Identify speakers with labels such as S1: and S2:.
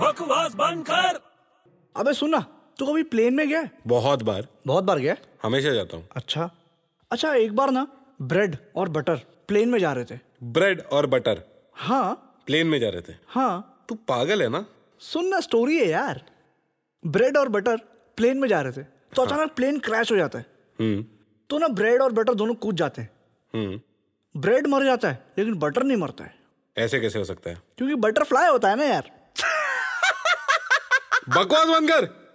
S1: बकवास बंद कर
S2: अबे सुन ना तू कभी प्लेन में गया है?
S3: बहुत बार
S2: बहुत बार गया है?
S3: हमेशा जाता हूँ
S2: अच्छा अच्छा एक बार ना ब्रेड और बटर प्लेन में जा रहे थे
S3: ब्रेड और बटर
S2: हाँ
S3: प्लेन में जा रहे थे
S2: हाँ
S3: तू पागल है ना
S2: सुन ना स्टोरी है यार ब्रेड और बटर प्लेन में जा रहे थे तो अचानक प्लेन क्रैश हो जाता है
S3: हम्म
S2: तो ना ब्रेड और बटर दोनों कूद जाते हैं
S3: हम्म
S2: ब्रेड मर जाता है लेकिन बटर नहीं मरता है
S3: ऐसे कैसे हो सकता है
S2: क्योंकि बटरफ्लाई होता है ना यार
S3: बकवास बंद कर